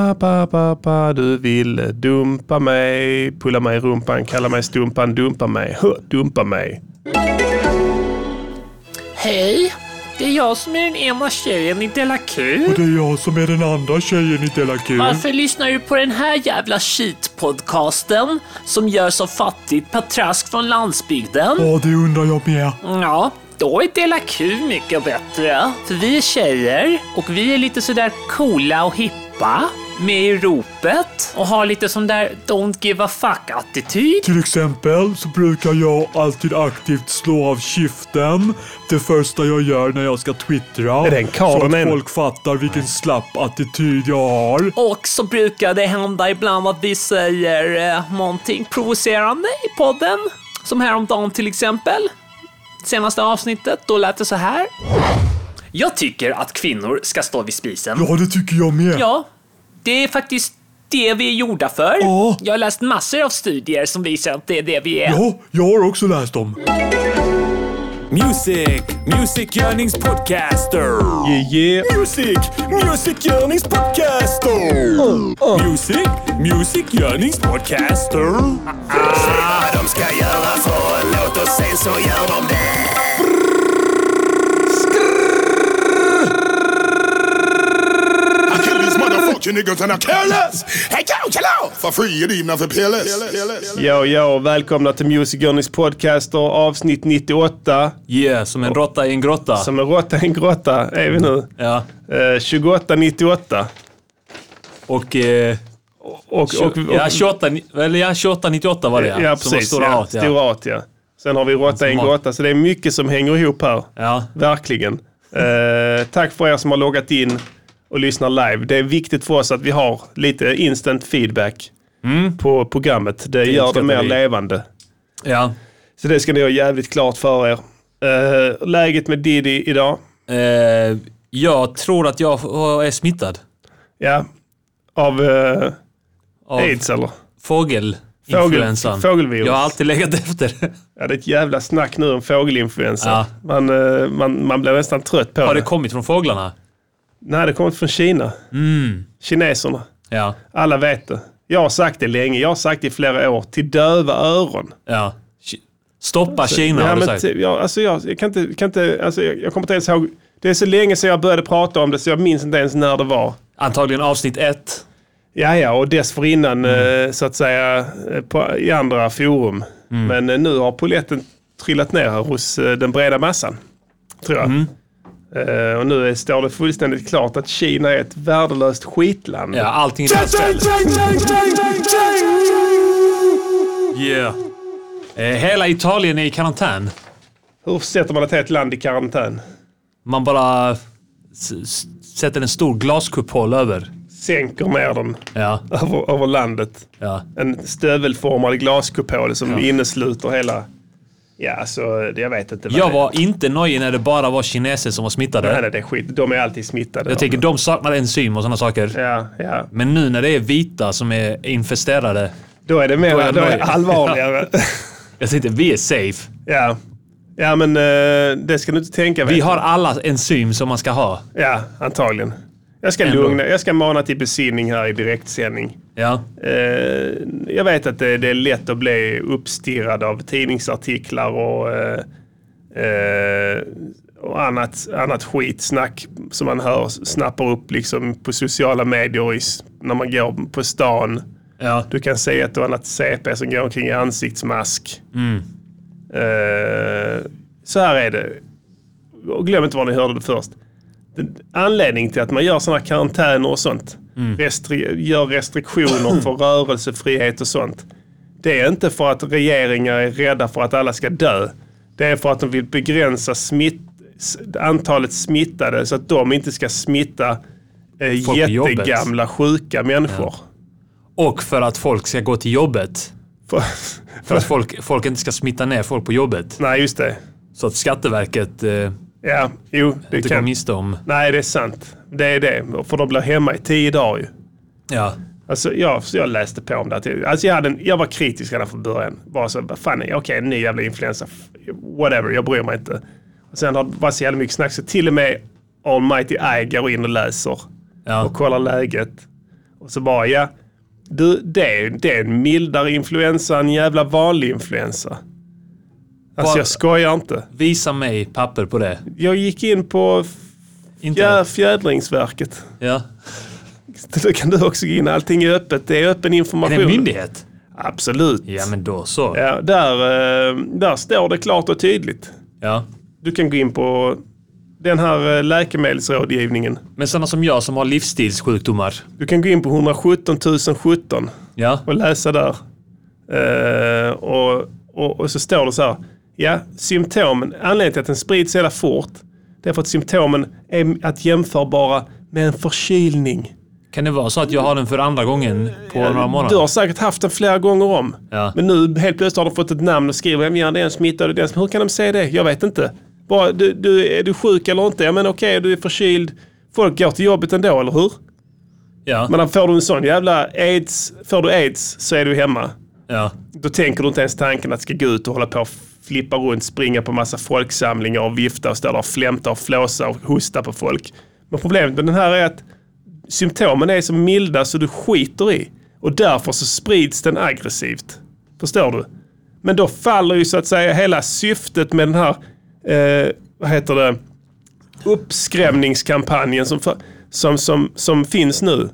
Pappa, pappa, du ville dumpa mig. Pulla mig i rumpan, kalla mig stumpan, dumpa mig. Hö, dumpa mig. Hej! Det är jag som är den ena tjejen i Della Q. Det är jag som är den andra tjejen i Della Q. Varför lyssnar du på den här jävla shit-podcasten som görs av fattigt patrask från landsbygden? Ja, det undrar jag med. Ja, då är Della Q mycket bättre. För vi är tjejer och vi är lite sådär coola och hippa, med i ropet och har lite sån där don't give a fuck-attityd. Till exempel så brukar jag alltid aktivt slå av skiften det första jag gör när jag ska twittra. Är det en så kanon? att folk fattar vilken slapp attityd jag har. Och så brukar det hända ibland att vi säger eh, någonting provocerande i podden. Som häromdagen till exempel. Senaste avsnittet, då lät det så här. Jag tycker att kvinnor ska stå vid spisen. Ja, det tycker jag med. Ja, det är faktiskt det vi är gjorda för. Ja. Jag har läst massor av studier som visar att det är det vi är. Ja, jag har också läst dem. Music, Music Yearnings Podcaster. Yeah, yeah. Music, Music Yearnings Podcaster. Music, Music Yearnings Podcaster. Ah, de ska göra för en låt och sen så gör de det. I kill these motherfucking niggas and I care less. Hey yo, hello! For free it even för PLS. Yo, yo, välkomna till Music Journeys podcast och avsnitt 98. Yeah, som en råtta i en grotta. Som en råtta i en grotta är vi nu. Ja, Eh, 2898. och... Eh, Och, och, och, ja, 28, eller ja, 28, 98 var det ja. ja, som var precis. stora ja, hat, ja. Stora at, ja. Sen har vi råtta i en Som grotta, så det är mycket som hänger ihop här. ja. Verkligen. Eh, tack för er som har loggat in och lyssnar live. Det är viktigt för oss att vi har lite instant feedback på programmet. Det, gör det Mm. uppskattar mer vi. levande. ja. Så det ska ni ha jävligt klart för er. Eh, läget med Diddy idag? Eh, jag tror att jag eh, är smittad. Ja, av eh, Av aids eller? fågelinfluensan. fågelvirus. Jag har alltid legat efter. Ja, det är ett jävla snack nu om fågelinfluensa. Ja. Man, eh, man, man blir nästan trött på Har det. det kommit från fåglarna? Nej, det kommer från Kina. Mm. Kineserna. Ja. Alla vet det. Jag har sagt det länge. Jag har sagt det i flera år. Till döva öron. ja. Ki- Stoppa Kina ja, har du men sagt. ty- jag, alltså, jag, jag kan inte... Kan inte alltså, jag, jag kommer inte ens ihåg. Det är så länge sedan jag började prata om det så jag minns inte ens när det var. Antagligen avsnitt ett. Ja, ja, och dessförinnan Mm. eh, så att säga eh, på, i andra forum. Men eh, nu har poletten trillat ner här hos eh, den breda massan. Tror jag. Mm. Eh, och nu är, står det fullständigt klart att Kina är ett värdelöst skitland. Ja, allting är rätt ställe. Yeah. Eh, hela Italien är i karantän. Hur sätter man ett helt land i karantän? Man bara s- s- sätter en stor glaskupol över. Sänker ner den Ja, över, över landet. ja. En stövelformad glaskupol som innesluter hela... Ja, så eh, jag vet inte. vad Jag det- var inte nöjd när det bara var kineser som var Nej, smittade. nej, det är skit. De är alltid smittade. Jag tänker de saknar enzym och sådana saker. Ja, ja. Men nu när det är vita som är infesterade. Då är det mer, då Då är är jag nöjd. det allvarligare. Jag tänkte vi är safe. ja. ja, men eh, det ska du inte tänka. vet Vi du. har alla enzym som man ska ha. Ja, antagligen. Jag ska Ändå. lugna, jag ska mana till besinning här i direktsändning. Ja. Eh, jag vet att det, det är lätt att bli uppstirrad av tidningsartiklar och, eh, eh, och annat, annat skitsnack som man hör snappar upp liksom på sociala medier och i, s- när man går på stan. ja. Du kan se ett och annat CP som går omkring i ansiktsmask. Mm. Eh, så här är det. Och glöm inte var ni hörde det först. Den, anledningen till att man gör sådana karantäner och sånt. Mm. Restri- gör restriktioner för rörelsefrihet och sånt. Det är inte för att regeringar är rädda för att alla ska dö. Det är för att de vill begränsa smitt, s- antalet smittade så att de inte ska smitta eh, Folk på jobbet. jättegamla sjuka människor. Och för att folk ska gå till jobbet. För, För att folk, folk inte ska smitta ner folk på jobbet. nej, just det. Så att Skatteverket eh, Ja, jo, det inte går kan... miste om... Nej, det är sant. Det är det. För de blir hemma i tio dagar ju. Ja. Alltså, jag, så jag läste på om det. att jag- Alltså, jag, hade en, jag var kritisk redan från början. Bara så, vad fan, är jag? okej, en ny jävla influensa. F- Whatever, jag bryr mig inte. Och sen har det varit så jävla mycket snack så till och med Almighty Eye går in och läser Ja. och kollar läget. Och så bara, ja, du, det, är- det är en mildare influensa än jävla vanlig influensa. Alltså Vad- jag skojar inte. Visa mig papper på det. Jag gick in på Inte fjär, Fjädringsverket. ja. Då kan du också gå in. Allting är öppet. Det är öppen Är det information. en myndighet? Absolut. Ja, men då så. Ja, där, eh, där står det klart och tydligt. Ja. Du kan gå in på den här eh, läkemedelsrådgivningen. Men sådana som jag som har livsstilssjukdomar. Du kan gå in på 117 017 Ja. och läsa där. Eh, och, och, och så står det så här. Ja, symptomen. Anledningen till att den sprids så jävla fort. Det är för att symptomen är att jämförbara med en förkylning. Kan det vara så att jag har den för andra gången på några Du månader? har säkert haft den flera gånger om. Ja. Men nu helt plötsligt har de fått ett namn och skriver att det är en smittad. och det är en smittad." Hur kan de säga det? Jag vet inte. Bara, du, du, är du sjuk eller inte? Ja men okej, du är förkyld. Folk går till jobbet ändå, eller hur? Ja. Men får du en sån jävla aids, får du aids så är du hemma. ja. Då tänker du inte ens tanken att ska gå ut och hålla på och flippa runt, springa på massa folksamlingar och vifta och stå där och flämta och flåsa och hosta på folk. Men problemet med den här är att symptomen är så milda så du skiter i. Och därför så sprids den aggressivt. Förstår du? Men då faller ju så att säga hela syftet med den här, eh, vad heter det, uppskrämningskampanjen som, för, som, som, som finns nu.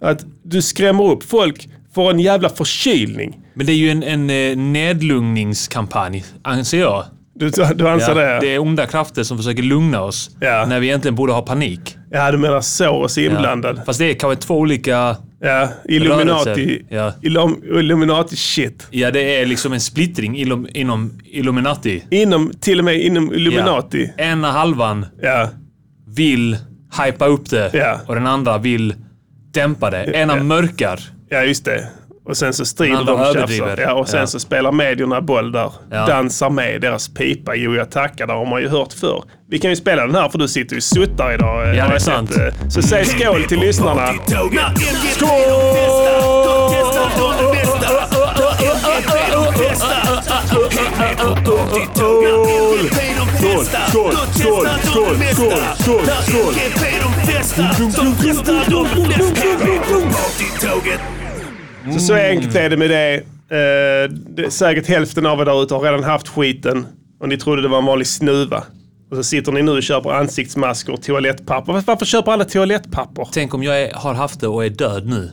Att du skrämmer upp folk för en jävla förkylning. Men det är ju en, en eh, nedlugnningskampanj, anser jag. Du, du anser Ja. det? Det är onda krafter som försöker lugna oss Ja. när vi egentligen borde ha panik. Ja, du menar Soros inblandad. Ja, Fast det är kanske två olika... Illuminati. Rörelser, ja. Illum- Illuminati-shit. Ja, det är liksom en splittring inom, inom Illuminati. Inom, till och med inom Ja. Illuminati. Ena halvan Ja. ja. vill hypa upp det Ja. och den andra vill dämpa det. Ena Ja. mörkar. just det. Och sen så strider Den andra de tjafsar. överdriver. Ja, och sen Ja. så spelar medierna boll där. Ja. Dansar med deras pipa. Jo, jag tackar. Det har man ju hört förr. Vi kan ju spela den här för du sitter ju och suttar idag. eh, det har är jag sett, sant. eh. Så säg skål till lyssnarna. Så, så enkelt är det med det. Eh, det. Säkert hälften av er där ute har redan haft skiten och ni trodde det var en vanlig snuva. Och så sitter ni nu och köper ansiktsmasker och toalettpapper. Varför, varför köper alla toalettpapper? Tänk om jag är, har haft det och är död nu.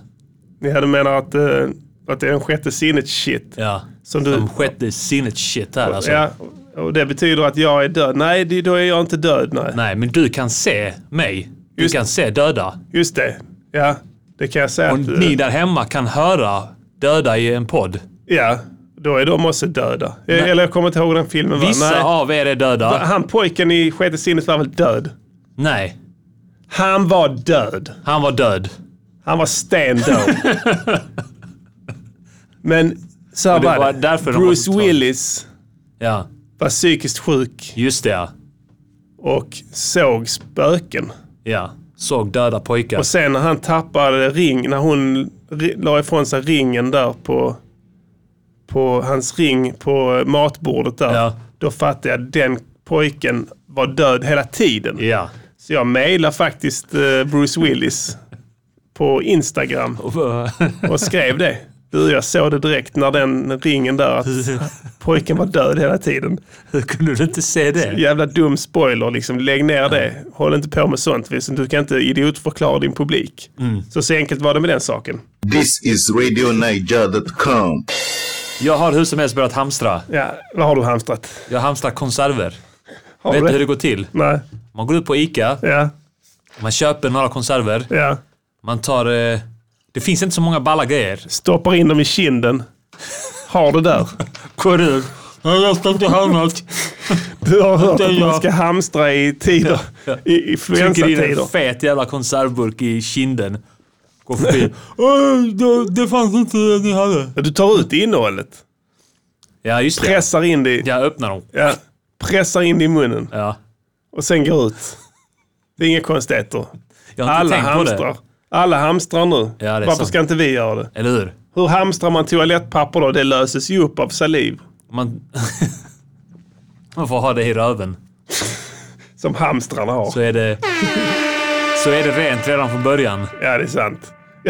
Ni hade menat att, eh, att det är en sjätte sinnet shit. Ja. Som du- Som sjätte sinnet shit här alltså. Ja, och det betyder att jag är död. Nej, det, då är jag inte död. Nej. Nej, men du kan se mig. Du Just- kan se döda. Just det. Ja, det kan jag säga. Och att, eh, ni där hemma kan höra döda i en podd. eh, Ja, då är de också döda. Eh, Eller jag kommer inte ihåg den filmen. va? Vissa Nej. av er är döda. Han pojken i sjätte sinnet var väl död? Nej, Han var död. han var död. Han var stendöd. Men så här det var, var det. därför de var Bruce så tråkiga. Willis Ja, var psykiskt sjuk just det. ja. och såg spöken. Ja, såg döda pojkar. Och sen när han tappade ring, när hon ri- la ifrån sig ringen där på, på hans ring på eh, matbordet där. Ja. Då fattade jag att den pojken var död hela tiden. Ja. Så jag mejlade faktiskt eh, Bruce Willis på Instagram. och skrev det. Du, jag såg det direkt när den ringen där att pojken var död hela tiden. Hur kunde du inte se det? Jävla dum spoiler, liksom. lägg ner det. Håll inte på med sånt, liksom. du kan inte idiotförklara din publik. Mm. Så, så enkelt var det med den saken. This is RadioNiger.com. Jag har hur som helst börjat hamstra. Ja, vad har du hamstrat? Jag hamstrar konserver. Har Vet du du hur det går till? Nej. Man går ut på Ica, Ja, man köper några konserver, ja. man tar... Eh, det finns inte så många balla grejer. Stoppar in dem i kinden. Har det där. Går ur. Jag röstar inte hamnat. Du har hört Det är att man jag. ska hamstra i tider. Ja, I i Trycker in en influensatider. fet jävla konservburk i kinden. Går förbi. Oj, det, det fanns inte det ni hade. Du tar ut innehållet. Ja, just det. Pressar in det i, Jag öppnar dem. ja, pressar in det i munnen. Ja. och sen går ut. Det är inga konstigheter. Jag har Alla inte tänkt på hamstrar. Alla hamstrar nu. det är Varför sant. ska inte vi göra det? det. Eller hur? Hur hamstrar man toalettpapper då? Det löses ju upp av saliv. Man, man får ha det i röven. Som hamstrarna har. Så är det... Så är det rent redan från början. Ja, det är sant.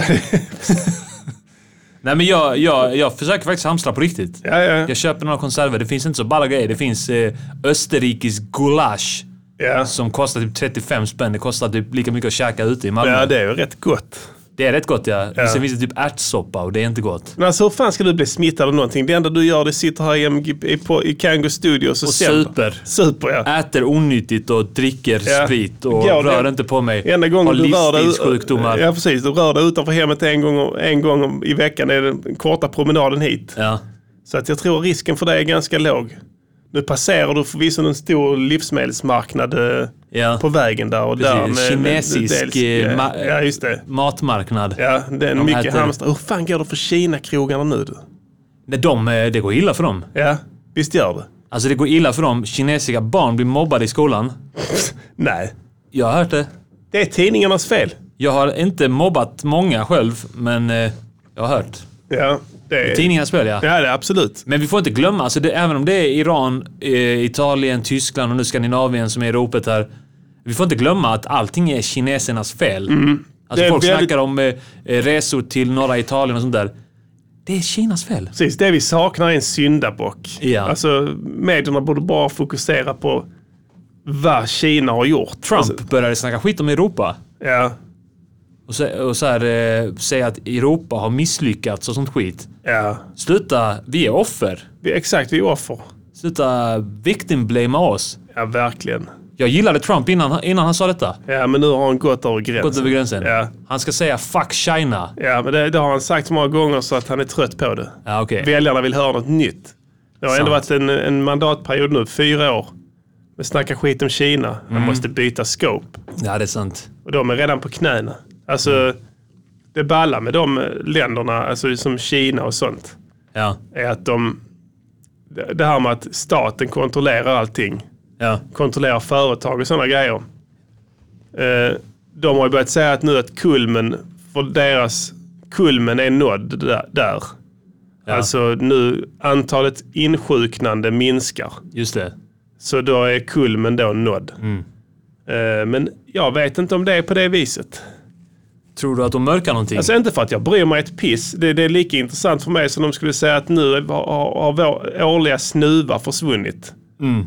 Nej men jag, jag, jag försöker faktiskt hamstra på riktigt. Ja, ja, ja. Jag köper några konserver. Det finns inte så balla grejer. Det finns eh, österrikisk gulasch. Ja. Som kostar typ 35 spänn. Det kostar typ lika mycket att käka ute i Malmö. ja, det... det är ju rätt gott. är rätt gott ja. Men Sen finns det typ ärtsoppa och det är inte gott. Men alltså hur fan ska du bli smittad av någonting? Det enda du gör det är att sitta här i, MG, i, på, i Kango Studios och, Och sänder. super. Äh, Super ja. Äter onyttigt och dricker Ja. sprit och Går det? rör inte på mig. Enda gången du rör dig, livsstilssjukdomar. ja, precis, du rör dig utanför hemmet en gång, om- en gång om- i veckan är den korta promenaden hit. Ja. Så att jag tror risken för det är ganska låg. Nu passerar du förvisso en stor livsmedelsmarknad eh, Ja. på vägen där. Och där Precis. Kinesisk, eh, ja, ma- ja, just det. Matmarknad. Ja, det är en De mycket äter- hamstrar. Hur fan går det för Kina-krogarna nu? Du? Nej, de, eh, det går illa för dem. Ja, visst gör det? Alltså det går illa för dem. Kinesiska barn blir mobbade i skolan. Nej. Jag har hört det. Det är tidningarnas fel. Jag har inte mobbat många själv, men eh, jag har hört. Ja, det är... Tidningarnas spel, ja. Ja, det är absolut. Men vi får inte glömma, alltså det, även om det är Iran, eh, Italien, Tyskland och nu Skandinavien som är i ropet här. Vi får inte glömma att allting är kinesernas fel. Mm. Det Alltså är folk väldigt- snackar om eh, eh, resor till norra Italien och sånt där. Det är Kinas fel. Precis, det vi saknar är en syndabock. Ja. Alltså, medierna borde bara fokusera på vad Kina har gjort. Trump Alltså, började snacka skit om Europa. ja, Och, så, och så här, eh, säga att Europa har misslyckats och sånt skit. ja. Sluta, vi är offer. Vi, exakt, vi är offer. Sluta victim blamea oss. Ja, verkligen. Jag gillade Trump innan, innan han sa detta. Ja, men nu har han gått över gränsen. Gått över gränsen. Ja. Han ska säga fuck China. Ja, men det, det har han sagt så många gånger så att han är trött på det. Ja, okej. Väljarna vill höra något nytt. Det har ändå varit en, en mandatperiod nu, fyra år. Men snacka skit om Kina. Man Mm. måste byta scope. Ja, det är sant. Och de är redan på knäna. Alltså, det balla med de länderna, alltså som Kina och sånt, Ja. är att de... Det här med att staten kontrollerar allting. Ja. kontrollera företag och sådana grejer. Eh, De har ju börjat säga att nu att kulmen för deras kulmen är nådd där- där. Ja. Alltså nu antalet insjuknande minskar. Just det. Så då är kulmen då nådd. Eh, Men jag vet inte om det är på det viset. Tror du att de mörkar någonting? Alltså inte för att jag bryr mig ett piss. Det, det är lika intressant för mig som de skulle säga att nu har, har har vår årliga snuva försvunnit.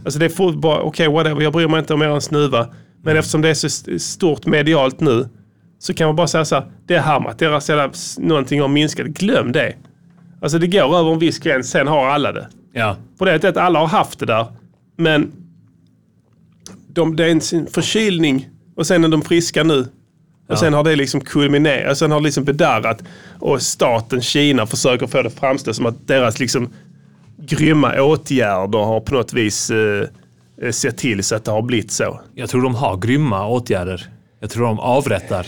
Alltså det är fort bara, okej whatever, jag bryr mig inte om er snuva. Men eftersom det är så st- stort medialt nu så kan man bara säga så här, det är hammat, deras jävla s- någonting har minskat. Glöm det. Alltså det går över en viss gräns, sen har alla det. Ja. På det sättet, alla har haft det där. Men de, det är en sin förkylning och sen är de friska nu. Och sen har det liksom kulminerat, sen har det liksom bedarrat. Och staten Kina försöker få det att framstå som att deras liksom grymma åtgärder har på något vis eh, eh, sett till så att det har blivit så. Jag tror de har grymma åtgärder. Jag tror de avrättar.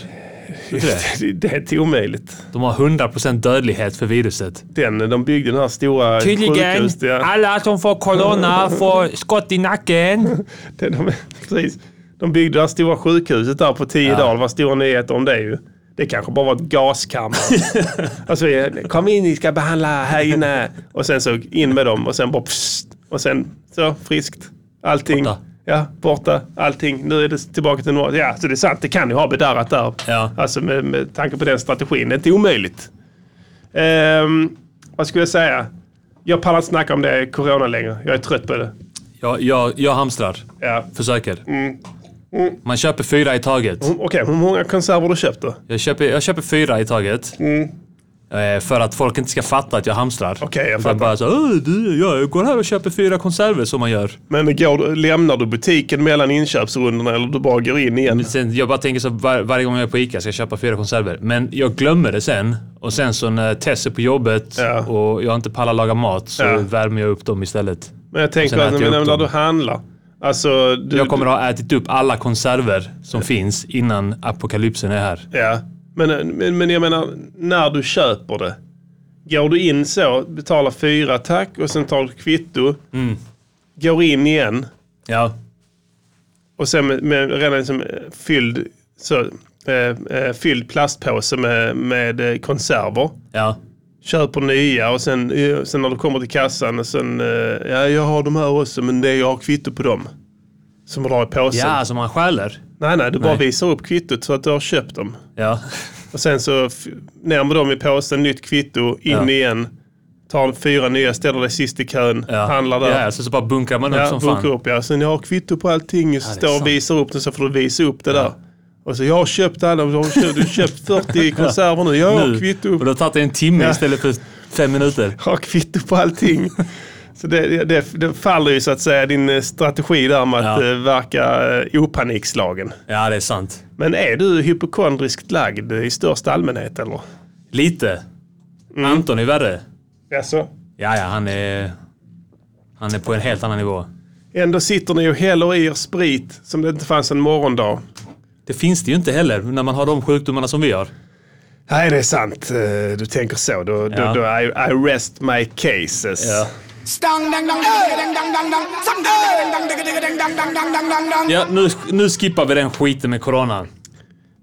Tror du det? Det, det är till omöjligt. De har 100% dödlighet för viruset. Den, de byggde den här stora sjukhuset. Ja. alla som får corona får skott i nacken. Det, de, precis. De byggde det här stora sjukhuset där på tio dagar. Det var stora nyheter om det ju. Det kanske bara var ett gaskammare. alltså, kom in, ni ska behandla här inne. Och sen så in med dem och sen bara pssst. Och sen så friskt. Allting. Borta. Ja, borta. Allting. Nu är det tillbaka till normalt. Ja, så det är sant. Det kan ju ha bedarrat där. Ja. Alltså med, med tanke på den strategin. Det är inte omöjligt. Ehm, vad skulle jag säga? Jag pallar inte snacka om det corona längre. Jag är trött på det. Jag, jag, jag hamstrar. Ja. Försöker. Mm. Man köper fyra i taget. Okej, hur många konserver har du köpt då? Jag köper, jag köper fyra i taget. Eh, För att folk inte ska fatta att jag hamstrar. Mm. Okej, jag Utan fattar. Bara så, "Åh, du, jag går här och köper fyra konserver som man gör. Men går, du- lämnar du butiken mellan inköpsrundorna eller du bara går in igen? Men Sen, jag bara tänker så var, varje gång jag är på ICA ska jag köpa fyra konserver. Men jag glömmer det sen. Och sen så när Tess är på jobbet Ja. och jag inte pallar laga mat så Ja. värmer jag upp dem istället. Men jag sen tänker att äter jag men upp när dem. du handlar. Alltså, du, Jag kommer att ha ätit upp alla konserver som finns innan apokalypsen är här. Ja, men, men, men jag menar när du köper det. Går du in så, betalar fyra tack och sen tar du kvitto. Mm. Går in igen Ja, och sen med, med redan liksom eh, fylld, så, eh, eh, fylld plastpåse med, med eh, konserver. ja, köper nya och sen, eh, sen när du kommer till kassan och sen, eh, ja jag har de här också men det jag har kvitto på dem. Som du har i påsen. ja, som man stjäler. Nej, nej, du bara Nej. visar upp kvittot så att du har köpt dem. Ja. Och sen så f- ner med dem i påsen, nytt kvitto, in Ja. igen. Tar fyra nya, ställer dig sist i kön, Ja. handlar där. Ja, ja, så, så bara bunkrar man upp Ja, som bokar fan. upp ja. Sen jag har kvitto på allting. står sant. och visar upp den så får du visa upp det där. Och så jag har köpt alla, du har köpt, du har köpt 40 konserver nu. Jag har kvitto. Och då tar det en timme Ja. istället för fem minuter. Jag har kvitto på allting. Så det, det, det faller ju så att säga din eh, strategi där med att Ja. eh, verka eh, opanikslagen. Ja, det är sant. Men är du hypokondriskt lagd i största allmänhet eller? Lite. Mm. Anton är värre. Alltså, Ja, ja, han är... Han är på en helt annan nivå. ändå sitter ni och häller i er sprit som det inte fanns en morgondag. Det finns det ju inte heller när man har de sjukdomarna som vi har. Nej, det är sant. Eh, Du tänker så. Då, Ja. då, då I, I rest my cases. Ja, nu, nu skippar vi den skiten med coronan.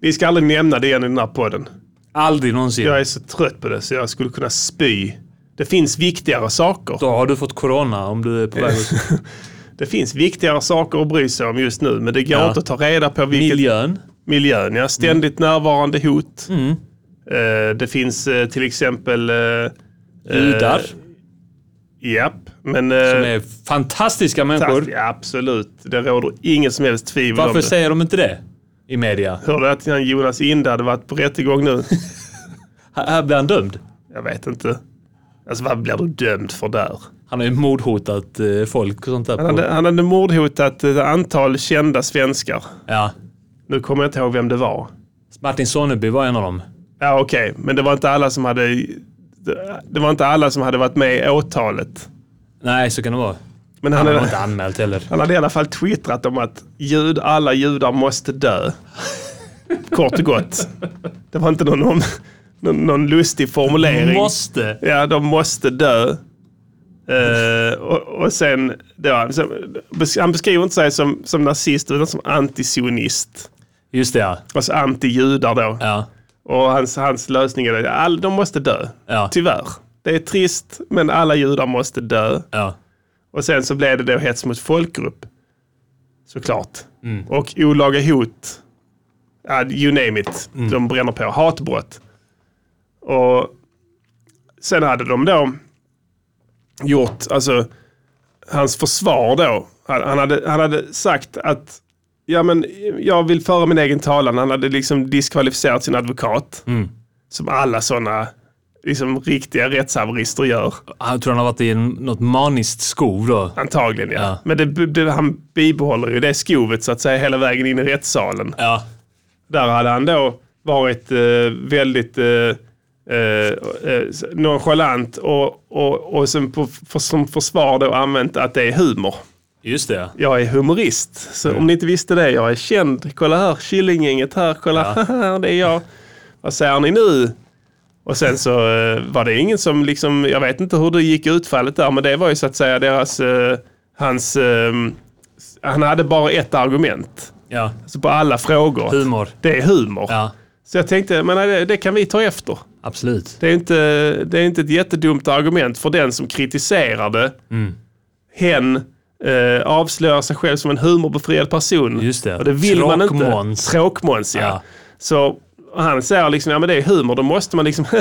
Vi ska aldrig nämna det igen i den här podden. Aldrig någonsin. Jag är så trött på det så jag skulle kunna spy. Det finns viktigare saker. Då har du fått corona om du är på väg ut. Det finns viktigare saker att bry sig om just nu, men det går Ja. inte att ta reda på vilket... Miljön. Miljön, ja. Ständigt Mm. närvarande hot. Eh, det finns eh, till exempel... Uh, Judar. Japp, men... eh, De är fantastiska fast, människor. ja, absolut. Det råder inget som helst tvivel om Varför det. säger de inte det i media? Hörde att han Jonas Inde hade varit på rättegång nu? Här här blir han dömd. jag vet inte. Alltså vad blir du dömd för där? Han har ju mordhotat eh, folk och sånt där. Han På. hade, han hade mordhotat ett antal kända svenskar. Ja. Nu kommer jag inte ihåg vem det var. Martin Sonneby var en av dem. Ja, okej. Men det var inte alla som hade... Det var inte alla som hade varit med i åtalet. Nej, så kan det vara. Men han, Han var inte hade, anmält heller. han hade i alla fall twittrat om att jud, alla judar måste dö. Kort och gott. Det var inte någon, någon, någon, någon lustig formulering. Måste. Ja, de måste dö. Eh, och, och sen, då, alltså, han, sen- han beskriver inte sig som, som nazist utan som antisionist. Just det, ja. Alltså anti-judar då. Ja. Och hans, hans lösning är att all, de måste dö. Ja. Tyvärr. Det är trist, men alla judar måste dö. ja. Och sen så blev det då hets mot folkgrupp. Såklart. Och olaga hot. Ja, You name it. De bränner på. Hatbrott. Och sen hade de då gjort, alltså hans försvar då. Han han hade, han hade sagt att ja, men, jag vill föra min egen talan. Han hade liksom diskvalificerat sin advokat. Som alla sådana liksom, riktiga rättshaverister gör. Jag tror han har varit i en- något maniskt skov då. Antagligen ja. Ja. Men det, det, han bibehåller ju det skovet så att säga hela vägen in i rättssalen. Ja. Där hade han då varit eh, väldigt eh, eh, eh, nonchalant och, och, och sen på, för, som försvar då använt att det är humor. Just det, ja. Jag är humorist. Mm. Så om ni inte visste det, jag är känd. Kolla här, Killinggänget här. Kolla, här, det är jag. Vad säger ni nu? Och sen så eh, var det ingen som liksom, jag vet inte hur det gick i utfallet där, men det var ju så att säga deras, eh, hans, eh, han hade bara ett argument. ja. Så på alla frågor. Humor. Det är humor. Ja, Så jag tänkte, men nej, det, det kan vi ta efter. absolut. Det är, inte, det är inte ett jättedumt argument för den som kritiserar det. Mm. Hen eh, avslöjar sig själv som en humorbefriad person. Just det. Och det vill man inte. Tråkmåns. Tråkmåns. Ja. Ja. Så han säger liksom, ja men det är humor, då måste man liksom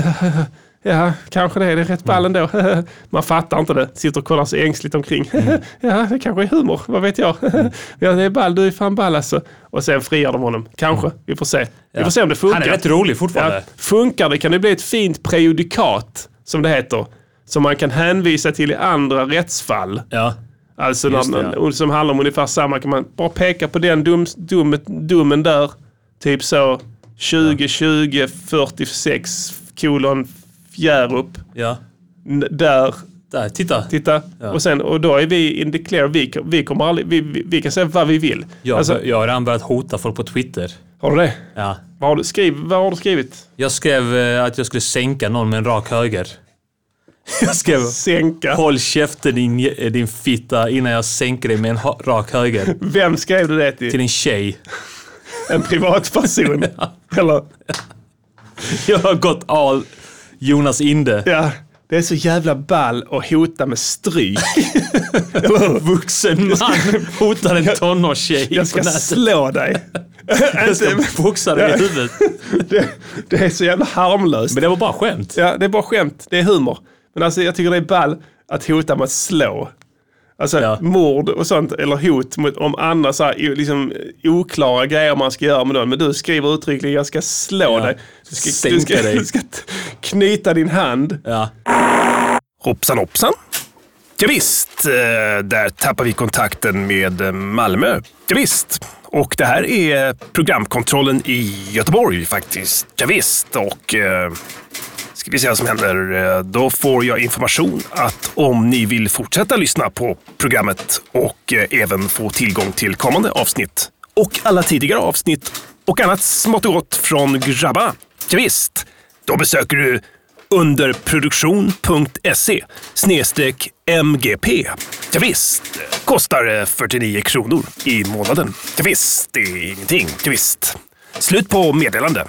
Ja, kanske det. är. Det är rätt ball Mm. ändå. Man fattar inte det. Sitter och kollar sig ängsligt omkring. Mm. Ja, det kanske är humor. Vad vet jag? Ja, det är ball. Du är fan ball alltså. Och sen friar de honom. Kanske. Vi får se. Vi får se om det funkar. Mm. Han är rätt rolig Ja, fortfarande. funkar det kan det bli ett fint prejudikat, som det heter, som man kan hänvisa till i andra rättsfall. Ja. Alltså Just när, det, som handlar om ungefär samma, kan man bara peka på den dom, dom, domen där, typ så 20, 20, 46 kolon Fjärup, ja. n- där, Där, titta. titta. Och, sen, och då är vi in the clear, vi, kan- vi, kommer aldrig, vi, vi, vi kan säga vad vi vill. Jag, Alltså, jag har redan börjat hota folk på Twitter. har du det? Ja. Vad har du, skriv, vad har du skrivit? Jag skrev eh, att jag skulle sänka någon med en rak höger. Jag skrev Sänka. Håll käften din, jä- din fitta innan jag sänker dig med en ha- rak höger. Vem skrev du det till? Till en tjej. En privatperson? Eller? Jag har gått all Jonas Inde. Ja, Det är så jävla ball att hota med stryk. Eller hur? Vuxen man hotar en tonårstjej Jag ska på nätet. slå dig. Jag ska boxa dig i huvudet. det, det är så jävla harmlöst. Men det var bara skämt. Ja, det är bara skämt. Det är humor. Men alltså jag tycker det är ball att hota med att slå. Alltså Ja. mord och sånt, eller hot mot, om andra så här, i- liksom, oklara grejer man ska göra med dem. Men du skriver uttryckligen, jag ska slå Ja. dig. Du ska, Sänka du, ska, dig. du ska t- knyta din hand. Ja. Hoppsan hoppsan. Ja, visst, eh, där tappar vi kontakten med eh, Malmö. Ja, visst. Och det här är programkontrollen i Göteborg faktiskt. Ja, visst. och eh, ska vi se vad som händer. Eh, Då får jag information att om ni vill fortsätta lyssna på programmet och eh, även få tillgång till kommande avsnitt och alla tidigare avsnitt och annat smått och gott från grabba. Ja, visst. då besöker du underproduktion.se snedstreck MGP. Ja, visst. kostar eh, 49 kronor i månaden. Ja, visst. det är ingenting. Ja, visst. Slut på meddelande.